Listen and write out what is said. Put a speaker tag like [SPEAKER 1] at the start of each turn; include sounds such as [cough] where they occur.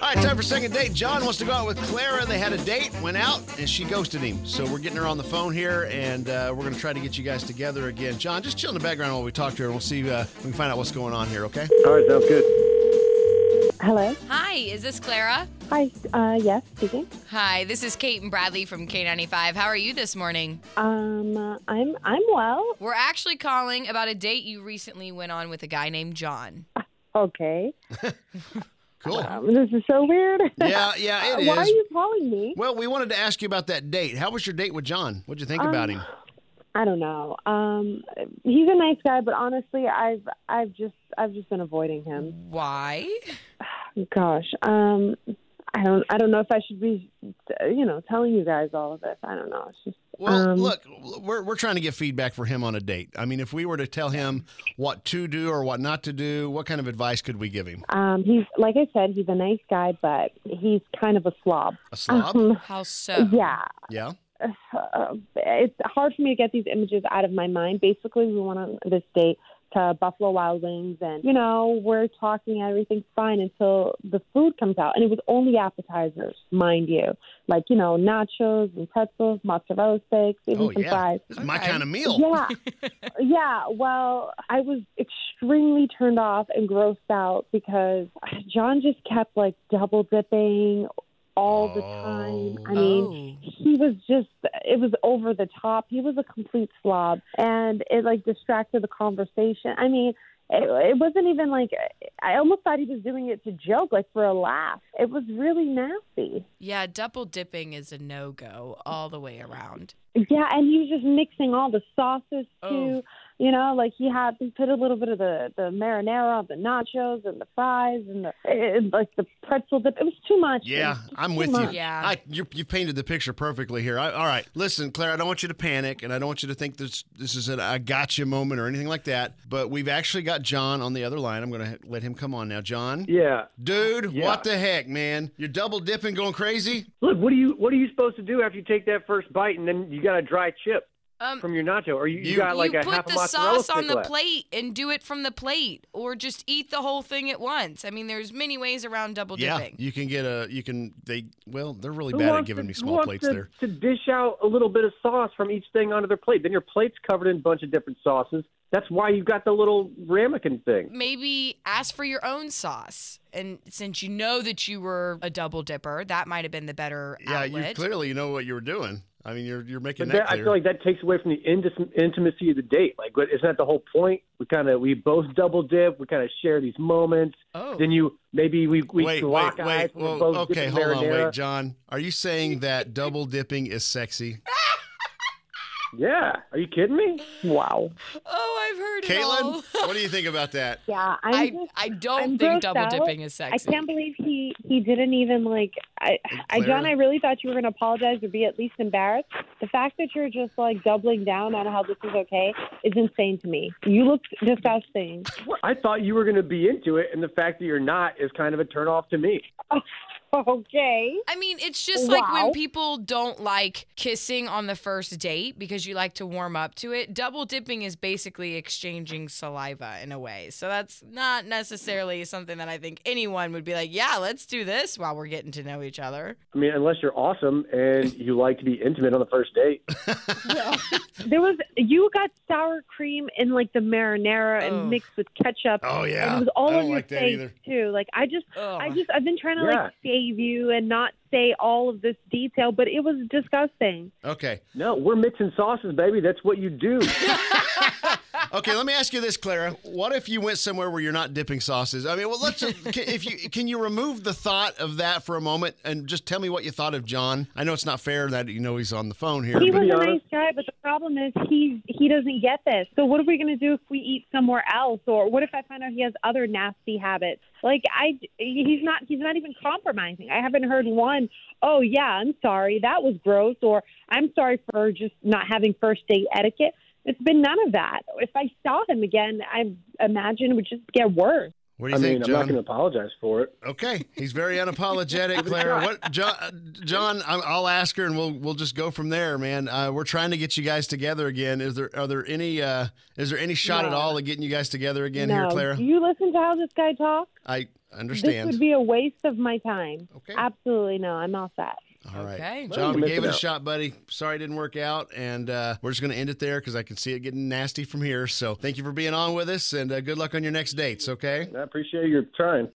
[SPEAKER 1] right, time for second date. John wants to go out with Clara. They had a date, went out, and she ghosted him. So we're getting her on the phone here, and uh, we're going to try to get you guys together again. John, just chill in the background while we talk to her, and we'll see uh, we can find out what's going on here. Okay?
[SPEAKER 2] All right, sounds good.
[SPEAKER 3] Hello.
[SPEAKER 4] Hi, is this Clara?
[SPEAKER 3] Hi. Uh, yes, speaking.
[SPEAKER 4] Hi, this is Kate and Bradley from K95. How are you this morning?
[SPEAKER 3] Um, uh, I'm I'm well.
[SPEAKER 4] We're actually calling about a date you recently went on with a guy named John.
[SPEAKER 3] Okay.
[SPEAKER 1] Cool.
[SPEAKER 3] Um, this is so weird. [laughs]
[SPEAKER 1] Yeah, yeah, it
[SPEAKER 3] uh, Why are
[SPEAKER 1] is.
[SPEAKER 3] you calling me?
[SPEAKER 1] Well, we wanted to ask you about that date. How was your date with John? What'd you think about
[SPEAKER 3] Um,
[SPEAKER 1] him?
[SPEAKER 3] I don't know. Um, he's a nice guy, but honestly, I've I've just I've just been avoiding him.
[SPEAKER 4] Why?
[SPEAKER 3] Gosh. Um, I don't I don't know if I should be, uh, you know, telling you guys all of this. I don't know. It's just
[SPEAKER 1] Well,
[SPEAKER 3] um,
[SPEAKER 1] look, we're, we're trying to get feedback for him on a date. I mean, if we were to tell him what to do or what not to do, what kind of advice could we give him?
[SPEAKER 3] Um, he's like I said, he's a nice guy, but he's kind of a slob.
[SPEAKER 1] A slob?
[SPEAKER 3] Um,
[SPEAKER 4] How so?
[SPEAKER 3] [laughs] yeah.
[SPEAKER 1] yeah.
[SPEAKER 3] uh, it's hard for me to get these images out of my mind. Basically, we went on this date to uh, Buffalo Wild Wings, and you know we're talking, everything's fine until the food comes out, and it was only appetizers, mind you, like you know nachos and pretzels, mozzarella sticks, even
[SPEAKER 1] Oh,
[SPEAKER 3] some
[SPEAKER 1] yeah.
[SPEAKER 3] fries.
[SPEAKER 1] This is my
[SPEAKER 4] Okay.
[SPEAKER 1] kind of meal. [laughs]
[SPEAKER 3] Yeah, yeah. Well, I was extremely turned off and grossed out because John just kept like double dipping all the time. I
[SPEAKER 1] Oh.
[SPEAKER 3] mean, he was just it was over the top he was a complete slob and it like distracted the conversation i mean it, it wasn't even like i almost thought he was doing it to joke like for a laugh it was really nasty
[SPEAKER 4] Yeah, double dipping is a no go all the way around.
[SPEAKER 3] yeah and he was just mixing all the sauces too
[SPEAKER 4] Oh.
[SPEAKER 3] you know like he had he put a little bit of the the marinara on the nachos and the fries and the it, like the pretzel dip it was too much
[SPEAKER 1] Yeah,
[SPEAKER 3] It was
[SPEAKER 1] I'm
[SPEAKER 3] too
[SPEAKER 1] with you.
[SPEAKER 3] much.
[SPEAKER 4] Yeah.
[SPEAKER 1] I, you, you painted the picture perfectly here. I, all right, listen, Claire, I don't want you to panic, and I don't want you to think this this is an I gotcha moment or anything like that. But we've actually got John on the other line. I'm going to let him come on now. John,
[SPEAKER 2] Yeah.
[SPEAKER 1] dude,
[SPEAKER 2] Yeah.
[SPEAKER 1] what the heck, man? You're double dipping, going crazy.
[SPEAKER 2] Look, what do you what are you supposed to do after you take that first bite and then you got a dry chip
[SPEAKER 4] Um,
[SPEAKER 2] from your nacho, or you, you,
[SPEAKER 1] You-
[SPEAKER 2] got like
[SPEAKER 4] you
[SPEAKER 2] a
[SPEAKER 4] put
[SPEAKER 2] half a
[SPEAKER 4] the
[SPEAKER 2] mozzarella
[SPEAKER 4] sauce
[SPEAKER 2] stick
[SPEAKER 4] on the
[SPEAKER 2] left.
[SPEAKER 4] plate and do it from the plate, or just eat the whole thing at once. I mean, there's many ways around double
[SPEAKER 1] yeah,
[SPEAKER 4] dipping.
[SPEAKER 1] you can get a you can they well they're really
[SPEAKER 2] Who
[SPEAKER 1] bad at
[SPEAKER 2] wants
[SPEAKER 1] giving
[SPEAKER 2] to-
[SPEAKER 1] me
[SPEAKER 2] who
[SPEAKER 1] small
[SPEAKER 2] wants
[SPEAKER 1] plates
[SPEAKER 2] to,
[SPEAKER 1] there.
[SPEAKER 2] To dish out a little bit of sauce from each thing onto their plate, then your plate's covered in a bunch of different sauces. That's why you got the little ramekin thing.
[SPEAKER 4] maybe ask for your own sauce. And since you know that you were a double dipper, that might have been the better
[SPEAKER 1] Yeah, you
[SPEAKER 4] outlet.
[SPEAKER 1] clearly you know what you were doing. I mean, you're you're making
[SPEAKER 2] But
[SPEAKER 1] that,
[SPEAKER 2] that, I
[SPEAKER 1] clear.
[SPEAKER 2] feel like that takes away from the inti- intimacy of the date. Like, what, isn't that the whole point? We kind of we both double dip. We kind of share these moments.
[SPEAKER 4] oh,
[SPEAKER 2] Then you maybe we we
[SPEAKER 1] wait,
[SPEAKER 2] lock
[SPEAKER 1] wait,
[SPEAKER 2] eyes.
[SPEAKER 1] wait.
[SPEAKER 2] and we're
[SPEAKER 1] Well,
[SPEAKER 2] both
[SPEAKER 1] okay,
[SPEAKER 2] dipping
[SPEAKER 1] hold on,
[SPEAKER 2] marinara.
[SPEAKER 1] wait, John. Are you saying that double dipping is sexy?
[SPEAKER 2] Yeah, are you kidding me?
[SPEAKER 3] wow
[SPEAKER 4] oh, I've heard it
[SPEAKER 1] Caitlin,
[SPEAKER 4] all. [laughs]
[SPEAKER 1] what do you think about that?
[SPEAKER 3] yeah i'm
[SPEAKER 4] I,
[SPEAKER 3] just
[SPEAKER 4] I don't
[SPEAKER 3] I'm
[SPEAKER 4] think
[SPEAKER 3] grossed
[SPEAKER 4] double
[SPEAKER 3] out.
[SPEAKER 4] dipping is sexy.
[SPEAKER 3] I can't believe he he didn't even like I, I
[SPEAKER 1] Clara.
[SPEAKER 3] John. I really thought you were going to apologize or be at least embarrassed. The fact that you're just like doubling down on how this is okay is insane to me. You look
[SPEAKER 1] [laughs]
[SPEAKER 3] disgusting.
[SPEAKER 2] I thought you were going to be into it, and the fact that you're not is kind of a turnoff to me.
[SPEAKER 3] okay.
[SPEAKER 4] I mean, it's just like when
[SPEAKER 3] Wow.
[SPEAKER 4] people don't like kissing on the first date because you like to warm up to it. Double dipping is basically exchanging saliva in a way. So that's not necessarily something that I think anyone would be like, yeah, let's do this while we're getting to know each other.
[SPEAKER 2] I mean, unless you're awesome and you like to be intimate on the first date.
[SPEAKER 3] There was you got sour cream in like the marinara
[SPEAKER 4] Oh.
[SPEAKER 3] and mixed with ketchup.
[SPEAKER 1] Oh yeah,
[SPEAKER 3] And it was all
[SPEAKER 1] I don't
[SPEAKER 3] on your
[SPEAKER 1] like that
[SPEAKER 3] face
[SPEAKER 1] either.
[SPEAKER 3] too. Like I just,
[SPEAKER 4] Oh.
[SPEAKER 3] I just, I've been trying to
[SPEAKER 2] Yeah.
[SPEAKER 3] like save you and not say all of this detail, but it was disgusting.
[SPEAKER 1] Okay,
[SPEAKER 2] No, we're mixing sauces, baby. That's what you do.
[SPEAKER 1] okay. Let me ask you this, Clara. What if you went somewhere where you're not dipping sauces? I mean, well, let's can, if you can you remove the thought of that for a moment and just tell me what you thought of John. I know it's not fair that you know he's on the phone here.
[SPEAKER 3] He
[SPEAKER 1] but-
[SPEAKER 3] was
[SPEAKER 2] be
[SPEAKER 3] a nice
[SPEAKER 2] honest.
[SPEAKER 3] guy, but the problem is he he doesn't get this. So what are we going to do if we eat somewhere else, or what if I find out he has other nasty habits? Like I, he's not he's not even compromising. I haven't heard one. Oh yeah, I'm sorry, that was gross, or I'm sorry for just not having first date etiquette. It's been none of that. If I saw him again, I imagine it would just get worse.
[SPEAKER 1] what do
[SPEAKER 2] I
[SPEAKER 1] you
[SPEAKER 2] mean,
[SPEAKER 1] think,
[SPEAKER 2] I'm not
[SPEAKER 1] John?
[SPEAKER 2] going to apologize for it.
[SPEAKER 1] Okay, he's very
[SPEAKER 3] [laughs]
[SPEAKER 1] unapologetic, Clara. What, John? John, I'm- I'll ask her, and we'll we'll just go from there, man. Uh, we're trying to get you guys together again. Is there are there any uh, is there any shot at
[SPEAKER 3] No.
[SPEAKER 1] all at getting you guys together again
[SPEAKER 3] no.
[SPEAKER 1] here, Clara?
[SPEAKER 3] Do you listen to how this guy talks?
[SPEAKER 1] I Understand.
[SPEAKER 3] This would be a waste of my time.
[SPEAKER 1] Okay.
[SPEAKER 3] Absolutely no. I'm all set.
[SPEAKER 1] All right.
[SPEAKER 4] Okay.
[SPEAKER 1] John, we
[SPEAKER 2] Well,
[SPEAKER 1] gave
[SPEAKER 2] missing
[SPEAKER 1] it a
[SPEAKER 2] out.
[SPEAKER 1] shot, buddy. Sorry it didn't work out. And uh, we're just going to end it there because I can see it getting nasty from here. So thank you for being on with us and uh, good luck on your next dates, okay?
[SPEAKER 2] I appreciate your time.